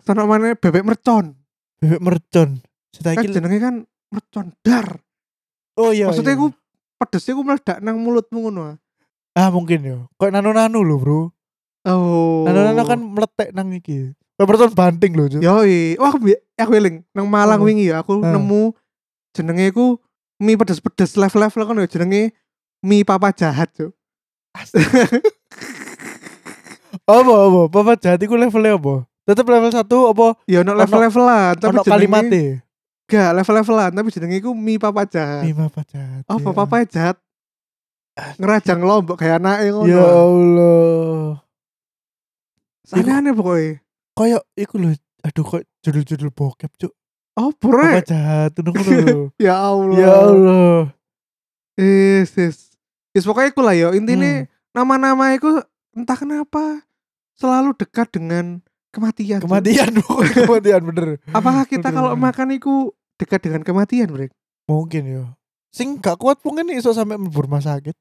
Speaker 1: Sono mana bebek mercon.
Speaker 2: Nah, bebek mercon.
Speaker 1: Kan
Speaker 2: Sedaki.
Speaker 1: jenenge kan mercon dar.
Speaker 2: Oh iya.
Speaker 1: Maksudnya
Speaker 2: iya.
Speaker 1: iku pedesnya iku meledak nang mulutmu ngono. ah.
Speaker 2: ah mungkin ya. Kok nano nano lo bro.
Speaker 1: Oh.
Speaker 2: Nano nano kan meletek nang iki. Bebek mercon banting lo.
Speaker 1: Ya.
Speaker 2: Cuk.
Speaker 1: Yoi, wah aku bi- aku eling nang Malang
Speaker 2: Apa?
Speaker 1: wingi ya aku
Speaker 2: Ah.
Speaker 1: nemu jenenge iku mie pedes-pedes level-level kan ya jenenge mie papa jahat tuh.
Speaker 2: Apa apa? Papa jahat iku levelnya apa? Tetep level 1 apa?
Speaker 1: ya ono
Speaker 2: Ono-
Speaker 1: level-levelan tapi
Speaker 2: Ono e.
Speaker 1: jenenge Nah.
Speaker 2: kalimatnya.
Speaker 1: gak level-levelan tapi jenenge iku mie papa jahat.
Speaker 2: Lima papa jahat.
Speaker 1: Oh,
Speaker 2: ya.
Speaker 1: papa jahat. Ngerajang lombok kayak anake
Speaker 2: Ya
Speaker 1: ngono.
Speaker 2: Allah.
Speaker 1: Aneh-aneh pokoknya
Speaker 2: Kayak iku lho. Aduh kok judul-judul bokep cuk.
Speaker 1: Oh,
Speaker 2: Papa
Speaker 1: brek.
Speaker 2: jahat ngono lho.
Speaker 1: Ya Allah.
Speaker 2: Ya Allah.
Speaker 1: Eh, Yes, yes. Yes, pokoknya iku lah yo. Intinya
Speaker 2: Hmm.
Speaker 1: nama-nama iku entah kenapa selalu dekat dengan kematian. Cuk.
Speaker 2: Kematian pokoknya kematian bener.
Speaker 1: Apakah kita
Speaker 2: Aduh.
Speaker 1: kalau makan itu dekat dengan kematian, Brek?
Speaker 2: Mungkin ya. Sing gak kuat mungkin iso sampe mlebu rumah sakit.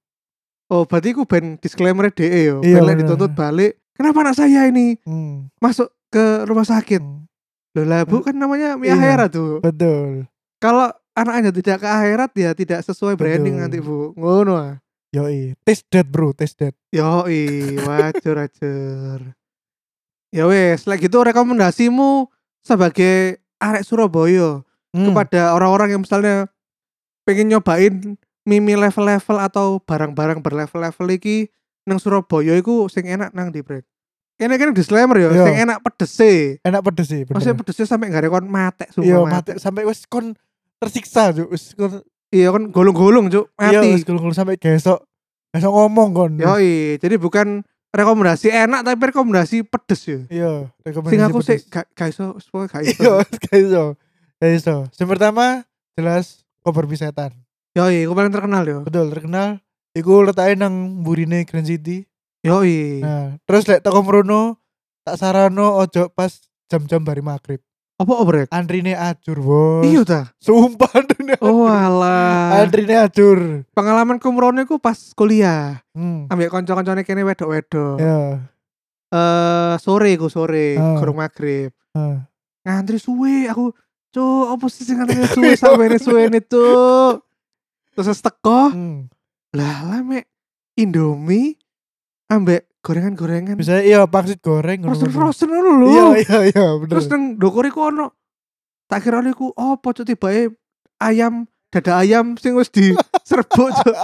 Speaker 1: Oh, berarti aku ben disclaimer DE yo.
Speaker 2: Iya,
Speaker 1: ben lek
Speaker 2: bener.
Speaker 1: dituntut balik. Kenapa anak saya ini
Speaker 2: Hmm.
Speaker 1: masuk ke rumah sakit? Loh lah, Bu, kan namanya mie
Speaker 2: Iya.
Speaker 1: akhirat tuh.
Speaker 2: Betul.
Speaker 1: Kalau anak Anda tidak ke akhirat ya tidak sesuai branding
Speaker 2: Betul.
Speaker 1: nanti, Bu. Ngono ah.
Speaker 2: Yoi, taste dead bro, taste dead.
Speaker 1: Yoi, wajar wajar. Ya wes, lek gitu rekomendasimu sebagai arek Surabaya
Speaker 2: Hmm.
Speaker 1: kepada orang-orang yang misalnya pengen nyobain mimi level-level atau barang-barang berlevel-level iki nang Surabaya iku sing enak nang di break. Ini kan disclaimer ya,
Speaker 2: Iya.
Speaker 1: sing enak pedes e.
Speaker 2: enak pedes sih, bener.
Speaker 1: Maksudnya pedes sampai gak rekon mate
Speaker 2: Iya,
Speaker 1: sumpah mate.
Speaker 2: mati sampai wes kon tersiksa cuk. Wes kon
Speaker 1: Iya kan golong-golong cuk,
Speaker 2: Iya,
Speaker 1: mati.
Speaker 2: wes gulung-gulung sampai besok. Besok ngomong kon.
Speaker 1: Yoi, jadi bukan rekomendasi enak tapi rekomendasi pedes ya.
Speaker 2: Iya, rekomendasi.
Speaker 1: Sing aku sih
Speaker 2: pedes.
Speaker 1: gak gak iso, sepuluh gak
Speaker 2: Iya,
Speaker 1: iso.
Speaker 2: gak iso. Gak iso. Yang pertama jelas koper setan.
Speaker 1: Yoi, aku paling terkenal yo.
Speaker 2: Betul, terkenal. Iku letakin nang burine Grand City.
Speaker 1: Yoi.
Speaker 2: Nah, terus lek toko mrono tak sarano ojo pas jam-jam bari maghrib.
Speaker 1: Apa obrek?
Speaker 2: Antrine ajur, bos.
Speaker 1: Iya ta.
Speaker 2: Sumpah dunia.
Speaker 1: Oh alah.
Speaker 2: Antrine ajur.
Speaker 1: Pengalaman kumrono iku pas kuliah.
Speaker 2: Hmm.
Speaker 1: ambek kanca-kancane kene wedok-wedok. Eh
Speaker 2: Ya.
Speaker 1: sore iku sore,
Speaker 2: Ah.
Speaker 1: kurang maghrib.
Speaker 2: Ah.
Speaker 1: Ngantri suwe aku. Cuk, apa sih sing ngantri suwe
Speaker 2: Iya.
Speaker 1: sampeyan suwe itu. Terus wis teko,
Speaker 2: Hmm.
Speaker 1: lah lah mek Indomie ambek gorengan-gorengan.
Speaker 2: Bisa iya pangsit goreng ngono-ngono.
Speaker 1: Frozen frozen ngono lho.
Speaker 2: Iya, iya, iya, bener.
Speaker 1: Terus nang dokore ku ono tak kira niku opo cuk tibae ayam dada ayam sing wis di serbuk cuk.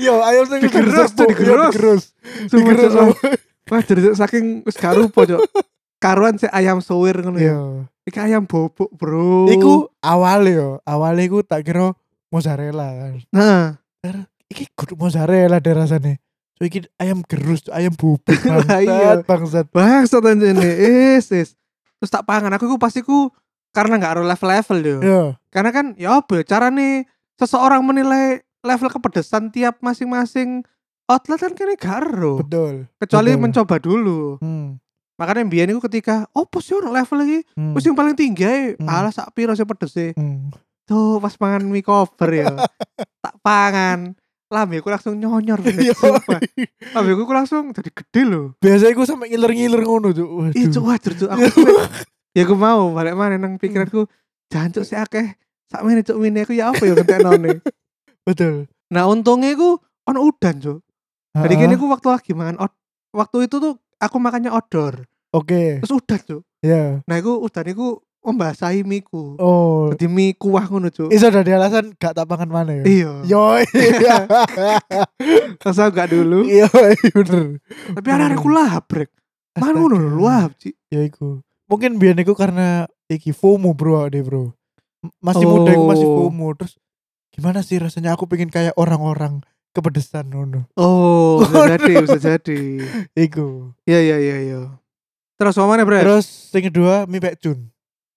Speaker 2: Yo, Iya, ayo sing
Speaker 1: Digerus,
Speaker 2: diserbuk, yo,
Speaker 1: digerus.
Speaker 2: digerus.
Speaker 1: Sumpah,
Speaker 2: Digerus,
Speaker 1: Cuk. Wah, dari Cuk, saking wis gak rupa cuk. Karuan sik ayam sowir ngono ya.
Speaker 2: Yo.
Speaker 1: Iki ayam bobok, Bro.
Speaker 2: Iya. Iku awale yo, awale iku tak kira mozzarella kan.
Speaker 1: nah,
Speaker 2: Iki kudu mozzarella deh rasane. So iki ayam gerus, ayam bubuk
Speaker 1: Lah, iya.
Speaker 2: bangsat, bangsat.
Speaker 1: bangsat anjene. Is, is. Terus tak pangan aku iku pasti ku karena gak ada level-level yo.
Speaker 2: Yo,
Speaker 1: Karena kan ya apa ya, cara nih seseorang menilai level kepedesan tiap masing-masing outlet kan kene gak ero.
Speaker 2: betul.
Speaker 1: Kecuali
Speaker 2: betul.
Speaker 1: mencoba dulu.
Speaker 2: Hmm.
Speaker 1: Makanya biyen iku ketika opo sih ono level iki?
Speaker 2: hmm,
Speaker 1: Wis yang paling tinggi ae.
Speaker 2: Hmm.
Speaker 1: Alah sak piro sing pedes e.
Speaker 2: hmm.
Speaker 1: Tuh pas pangan mie kober ya. tak pangan. Lambeku langsung nyonyor.
Speaker 2: Iya.
Speaker 1: Sumpah. Lambeku langsung jadi gede loh.
Speaker 2: Biasanya gue sampe ngiler-ngiler ngono tuh.
Speaker 1: Ih, cuk wajar cuk
Speaker 2: Iya.
Speaker 1: aku. sampe- ya aku mau balik mana nang pikiranku.
Speaker 2: Hmm.
Speaker 1: Jancuk sih akeh. Sak mene cuk mene aku ya apa ya kenteknone.
Speaker 2: Betul.
Speaker 1: Nah, untungnya aku ono udan, cuk. Jadi kene aku waktu lagi mangan out- waktu itu tuh aku makannya outdoor.
Speaker 2: Eh. Oke,
Speaker 1: Terus udan, cuk.
Speaker 2: ya.
Speaker 1: Nah, aku udan iku membasahi miku.
Speaker 2: Oh,
Speaker 1: Jadi mie kuah ngono, cuk.
Speaker 2: Iso dari alasan gak tak pangan mana ya?
Speaker 1: Iya.
Speaker 2: Yo, iya.
Speaker 1: Masa gak dulu?
Speaker 2: Iya, iya, bener.
Speaker 1: Tapi anak aku labrek. Mana ngono lho
Speaker 2: Astaga.
Speaker 1: lahap, Ci.
Speaker 2: Ya iku. Mungkin biyen iku karena iki FOMO bro deh bro. M- Masih muda iku masih
Speaker 1: Oh.
Speaker 2: FOMO terus gimana sih rasanya aku pengen kayak orang-orang kepedesan ngono.
Speaker 1: Oh,
Speaker 2: Waduh.
Speaker 1: bisa jadi, bisa jadi.
Speaker 2: Iku.
Speaker 1: Iya, iya, iya, iya. Terus apa mana, Bre?
Speaker 2: Terus yang kedua mie pekcun.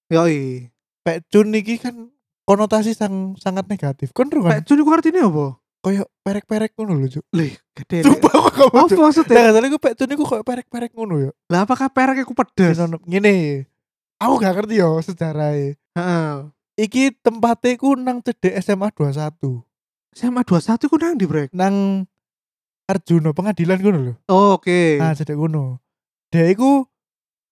Speaker 1: Yoi.
Speaker 2: Pekcun iki kan konotasi sang, sangat negatif. Kan ru kan
Speaker 1: Pak Jun iku artine apa?
Speaker 2: koyo perek-perek ngono lho, Cuk.
Speaker 1: Lih, gede. Lih.
Speaker 2: Sumpah kok kamu.
Speaker 1: Apa
Speaker 2: Cuk. Nah,
Speaker 1: maksudnya?
Speaker 2: katanya gue pekcun iku koyo perek-perek ngono ya.
Speaker 1: Lah apakah perek iku pedes?
Speaker 2: Sinonim ngene. Aku gak ngerti yo sejarahnya.
Speaker 1: Heeh.
Speaker 2: Iki tempatnya ku nang cedek SMA 21.
Speaker 1: SMA 21 ku nang di, Bre?
Speaker 2: nang Arjuna pengadilan ngono lho.
Speaker 1: Oh, Oke.
Speaker 2: Nah, cedek ngono. Dia iku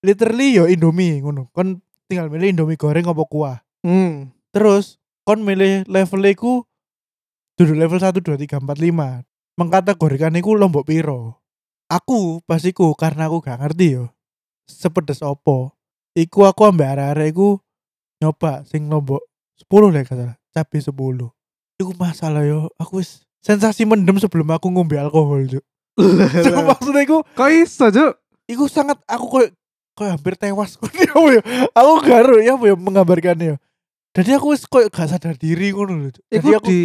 Speaker 2: literally yo Indomie ngono. Kon tinggal milih Indomie goreng apa kuah.
Speaker 1: Hmm.
Speaker 2: Terus kon milih level iku duduk level 1 2 3 4 5. Mengkategorikan iku lombok piro. Aku pas iku karena aku gak ngerti yo. Sepedes opo. Iku aku ambek arek-arek iku nyoba sing lombok 10 lek gak salah. Cabe 10. Iku masalah yo. Aku wis sensasi mendem sebelum aku ngombe alkohol, Cuk. Cuk, maksudnya iku
Speaker 1: Kok iso, Cuk?
Speaker 2: Iku sangat aku koyo koyo hampir tewas ngono ya, apa ya. Aku garo ya apa ya menggambarkannya. ya. Jadi aku wis koyo gak sadar diri ngono lho. Cuk. Jadi
Speaker 1: Iku
Speaker 2: aku
Speaker 1: di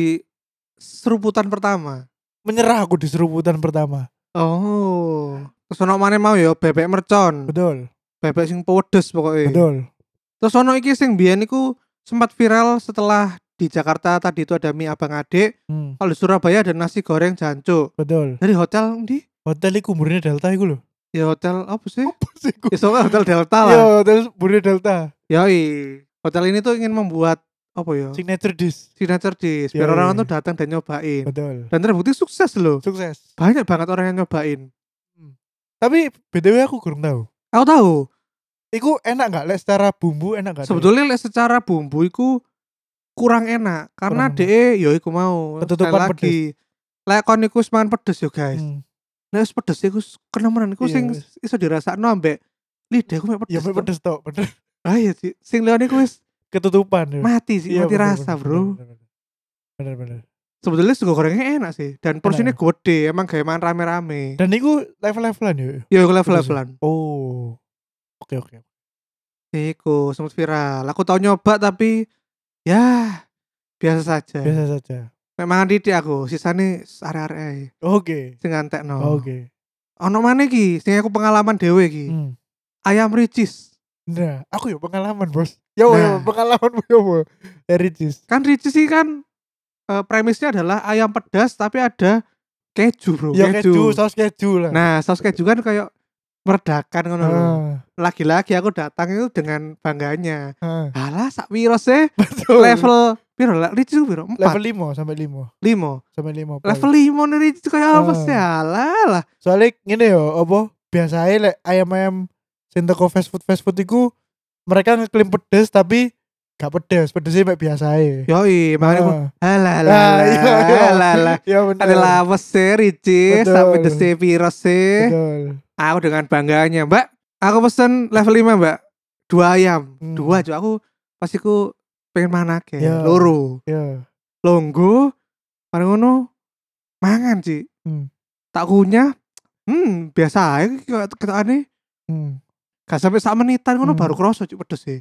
Speaker 1: seruputan pertama.
Speaker 2: menyerah aku di seruputan pertama.
Speaker 1: Oh. Terus ono mana mau ya bebek mercon,
Speaker 2: Betul.
Speaker 1: bebek sing pedes pokoknya.
Speaker 2: Betul.
Speaker 1: Terus ono iki sing biyen iku sempat viral setelah di Jakarta tadi itu ada mie abang adik,
Speaker 2: Hmm,
Speaker 1: kalau di Surabaya ada nasi goreng jancuk.
Speaker 2: betul.
Speaker 1: Dari hotel di
Speaker 2: Hotel iku umurnya Delta iku lho.
Speaker 1: ya hotel apa sih?
Speaker 2: Pas iku.
Speaker 1: Ya soalnya hotel Delta lah.
Speaker 2: Yo, hotel umurnya Delta.
Speaker 1: Yoi. Hotel ini tuh ingin membuat apa ya?
Speaker 2: Signature dish.
Speaker 1: Signature dish biar
Speaker 2: Yoi.
Speaker 1: orang tuh datang dan nyobain.
Speaker 2: Betul.
Speaker 1: Dan terbukti sukses loh.
Speaker 2: Sukses.
Speaker 1: Banyak banget orang yang nyobain.
Speaker 2: Tapi BTW aku kurang tahu.
Speaker 1: Aku tahu.
Speaker 2: Iku enak gak lek secara bumbu enak gak? Dek?
Speaker 1: sebetulnya lek secara bumbu iku kurang enak karena
Speaker 2: Kurang
Speaker 1: de yo iku mau
Speaker 2: Ketutupan
Speaker 1: sekali lagi lek kon iku wis mangan pedes yo guys
Speaker 2: Hmm.
Speaker 1: lek wis pedes iku s- kenemenan iku
Speaker 2: Iya,
Speaker 1: sing
Speaker 2: wis.
Speaker 1: iso dirasakno ambek lidah iku mek pedes
Speaker 2: Ya mek pedes tok, bener.
Speaker 1: ah iya sih sing liyane iku wis
Speaker 2: Ketutupan ya.
Speaker 1: mati sih
Speaker 2: Iya,
Speaker 1: mati
Speaker 2: bener,
Speaker 1: rasa
Speaker 2: bener,
Speaker 1: bro
Speaker 2: bener, bener. Bener bener.
Speaker 1: sebetulnya sego gorengnya enak sih dan porsinya
Speaker 2: ya?
Speaker 1: gede emang kayak makan rame-rame
Speaker 2: Dan iku level-levelan ya.
Speaker 1: yo iku level-levelan
Speaker 2: Oh. Oke oke.
Speaker 1: iku sempat viral aku tau nyoba tapi ya biasa saja
Speaker 2: Biasa saja.
Speaker 1: Mek mangan titik aku sisane arek-arek
Speaker 2: Oke.
Speaker 1: sing ngantekno
Speaker 2: Oke.
Speaker 1: ono mana ki sing aku pengalaman dewe ki
Speaker 2: Hmm.
Speaker 1: ayam ricis
Speaker 2: Nah, aku ya pengalaman, Bos. Ya
Speaker 1: Nah.
Speaker 2: nah. pengalaman yo yo. Eritis.
Speaker 1: kan ricis sih kan eh, premisnya adalah ayam pedas tapi ada keju bro
Speaker 2: Ya keju, saus keju lah.
Speaker 1: nah saus keju kan kayak meredakan ngono lho. lagi-lagi aku datang itu dengan bangganya
Speaker 2: Ah, ah.
Speaker 1: alah sak piro sih
Speaker 2: Betul.
Speaker 1: level piro lah ricis ku piro
Speaker 2: level
Speaker 1: empat
Speaker 2: 5 sampai 5.
Speaker 1: limo
Speaker 2: Sampai 5.
Speaker 1: level limo nih ricis kayak apa
Speaker 2: Ah.
Speaker 1: sih alah lah
Speaker 2: Soalnya ngene yo, apa? Biasanya lek ayam-ayam sing teko fast food fast food iku mereka ngeklaim pedes tapi gak pedes, pedesnya mek biasae.
Speaker 1: yoi makanya aku
Speaker 2: Ah.
Speaker 1: alah alah
Speaker 2: Ah, iya, iya.
Speaker 1: alah alah alah
Speaker 2: Ya bener.
Speaker 1: ada lawas sih ricis
Speaker 2: Betul.
Speaker 1: sampai desi piro sih
Speaker 2: Betul.
Speaker 1: aku dengan bangganya mbak aku pesen level 5 mbak dua ayam
Speaker 2: Hmm.
Speaker 1: dua cuy aku pas iku pengen mangan akeh
Speaker 2: Ya.
Speaker 1: loro
Speaker 2: ya
Speaker 1: longgo mari ngono mangan sih
Speaker 2: Hmm.
Speaker 1: tak kunyah hmm biasa ae ketokane
Speaker 2: hmm.
Speaker 1: gak sampai sak menitan ngono
Speaker 2: Hmm.
Speaker 1: baru kroso cuk pedes e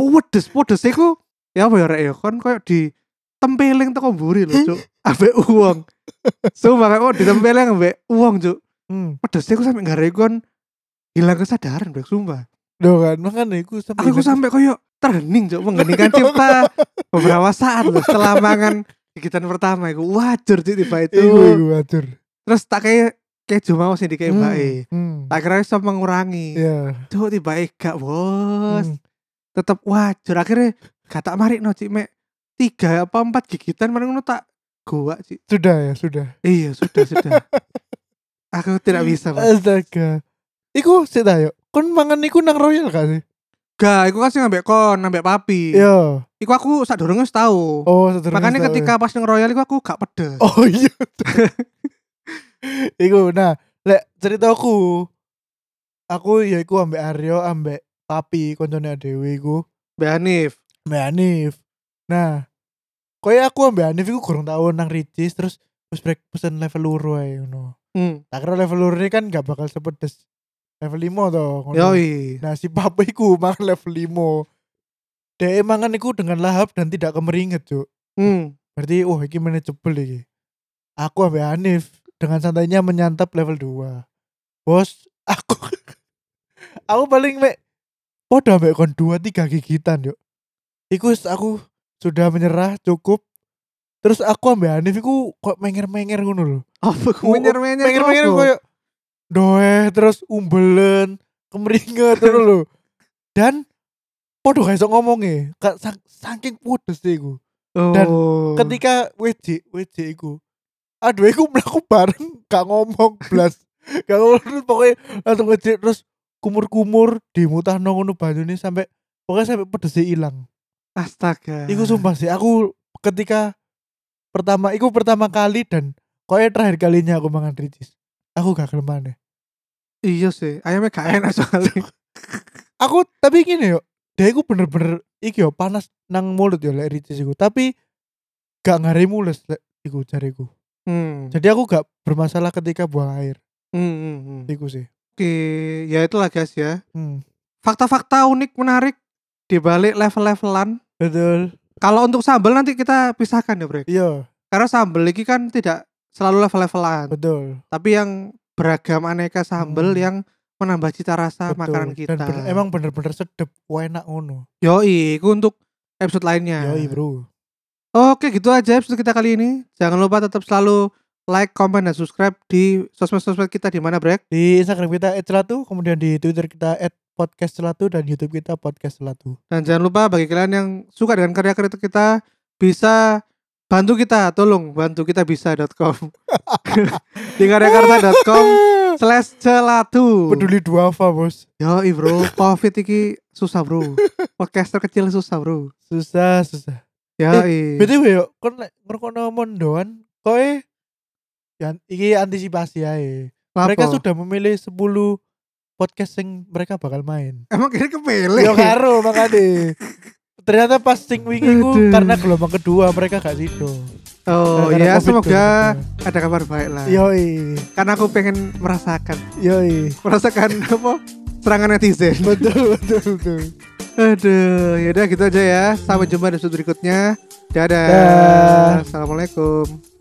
Speaker 1: pedes pedes iku ya apa ya rek ya kon koyo di tempeling teko mburi lho cuk ambek uang so makanya kok ditempeling ambek uang cuk
Speaker 2: hmm.
Speaker 1: pedes iku sampe gak kon hilang kesadaran bek sumpah
Speaker 2: Duh kan makanya aku sampai
Speaker 1: aku sampai koyo terhening cuk mengheningkan cipta beberapa saat lho setelah mangan gigitan pertama iku wajar cuk tiba itu
Speaker 2: itu gue atur
Speaker 1: terus tak kayak keju mau sih di kayak
Speaker 2: Hmm,
Speaker 1: mbak e
Speaker 2: hmm.
Speaker 1: tak kira bisa mengurangi
Speaker 2: ya
Speaker 1: cuk tiba e gak bos
Speaker 2: hmm.
Speaker 1: tetep wajar akhirnya gak tak marik no cik mek tiga apa empat gigitan mana ngono tak gua cik
Speaker 2: sudah ya sudah
Speaker 1: iya sudah sudah aku tidak bisa
Speaker 2: Eh.
Speaker 1: Mas.
Speaker 2: astaga iku sih tayo kon mangan iku nang royal gak sih
Speaker 1: gak aku kasih ngambek kon ngambek papi
Speaker 2: ya
Speaker 1: iku aku sak dorongnya tahu
Speaker 2: oh sederhana
Speaker 1: makanya
Speaker 2: tahu.
Speaker 1: Iya. ketika pas neng royal iku aku gak pedes
Speaker 2: oh iya iku nah lek ceritaku aku ya iku ambek Aryo ambek papi koncone Dewi iku
Speaker 1: mbak Hanif
Speaker 2: Mbak Hanif. Nah, koyo aku Mbak Hanif iku kurang tahun nang Ricis terus wis break pesen level loro ae ngono.
Speaker 1: hmm.
Speaker 2: Tak kira level loro ini kan gak bakal sepedes level 5 to ngono.
Speaker 1: yoi
Speaker 2: Nah, si papa iku makan level 5. Dek mangan iku dengan lahap dan tidak kemeringet, Cuk.
Speaker 1: hmm.
Speaker 2: Berarti wah iki manageable iki. Aku Mbak Hanif dengan santainya menyantap level 2. Bos, aku aku paling mek podo ambek kon 2 3 gigitan, yuk. Iku wis aku sudah menyerah cukup. Terus aku ambek Hanif iku kok menger-menger ngono lho.
Speaker 1: apa
Speaker 2: Oh,
Speaker 1: menyer menyer
Speaker 2: Menger-menger koyo doeh terus umbelen, kemeringet ngono lho. Dan podo gak iso ngomongnya Ka- sang- saking pedes iku dan
Speaker 1: Oh,
Speaker 2: ketika WJ WJ iku aduh iku mlaku bareng gak ngomong blas gak ngomong terus pokoknya langsung WJ terus kumur-kumur dimutahno ngono banyune sampai pokoknya sampai pedesnya hilang
Speaker 1: astaga
Speaker 2: iku sumpah sih aku ketika pertama iku pertama kali dan koyo terakhir kalinya aku mangan ricis aku gak gelem maneh.
Speaker 1: iya sih ayamnya gak enak soalnya
Speaker 2: aku tapi gini yo dia iku bener-bener iki yo panas nang mulut yo lek ricis iku tapi gak ngare mules lek iku jariku
Speaker 1: hmm.
Speaker 2: Jadi aku gak bermasalah ketika buang air.
Speaker 1: Hmm, hmm, hmm.
Speaker 2: Iku sih.
Speaker 1: oke ya itulah guys ya
Speaker 2: Hmm.
Speaker 1: fakta-fakta unik menarik di balik level-levelan.
Speaker 2: Betul.
Speaker 1: Kalau untuk sambel nanti kita pisahkan ya, Brek.
Speaker 2: Iya,
Speaker 1: Karena sambel ini kan tidak selalu level-levelan,
Speaker 2: betul.
Speaker 1: tapi yang beragam aneka sambel
Speaker 2: Hmm.
Speaker 1: yang menambah cita rasa
Speaker 2: betul.
Speaker 1: Ah, makanan kita.
Speaker 2: Dan bener- emang bener-bener sedep, enak ngono.
Speaker 1: Yoi, itu untuk episode lainnya.
Speaker 2: Yoi, Bro.
Speaker 1: Oke, gitu aja episode kita kali ini. Jangan lupa tetap selalu like, comment, dan subscribe di sosmed-sosmed kita di mana, Brek?
Speaker 2: Di Instagram kita @celatu, kemudian di Twitter kita @podcastcelatu dan YouTube kita podcastcelatu.
Speaker 1: Dan jangan lupa bagi kalian yang suka dengan karya-karya kita bisa bantu kita, tolong bantu kita bisa.com di karyakarta.com slash celatu.
Speaker 2: Peduli duafa, Bos.
Speaker 1: Yoi bro, covid iki susah bro. Podcaster kecil susah bro.
Speaker 2: Susah, susah. Eh,
Speaker 1: Yoi.
Speaker 2: BTW yo, kon lek ngrungokno mondoan, koe dan iki antisipasi ae. Mereka
Speaker 1: Lapo?
Speaker 2: sudah memilih 10 podcast yang mereka bakal main.
Speaker 1: emang kira kepele.
Speaker 2: Yo karo makane. Ternyata pas sing wingi ku
Speaker 1: Aduh.
Speaker 2: karena gelombang kedua mereka gak sido.
Speaker 1: Oh
Speaker 2: Gara-gara
Speaker 1: ya
Speaker 2: Covid
Speaker 1: semoga
Speaker 2: gelombang
Speaker 1: ada kabar baik lah.
Speaker 2: kedua. Yoi,
Speaker 1: Karena aku pengen merasakan,
Speaker 2: yoi.
Speaker 1: merasakan apa? Serangan netizen.
Speaker 2: Betul, betul, betul.
Speaker 1: Aduh, yaudah gitu aja ya. Sampai jumpa di episode berikutnya. Dadah.
Speaker 2: Dah.
Speaker 1: Assalamualaikum.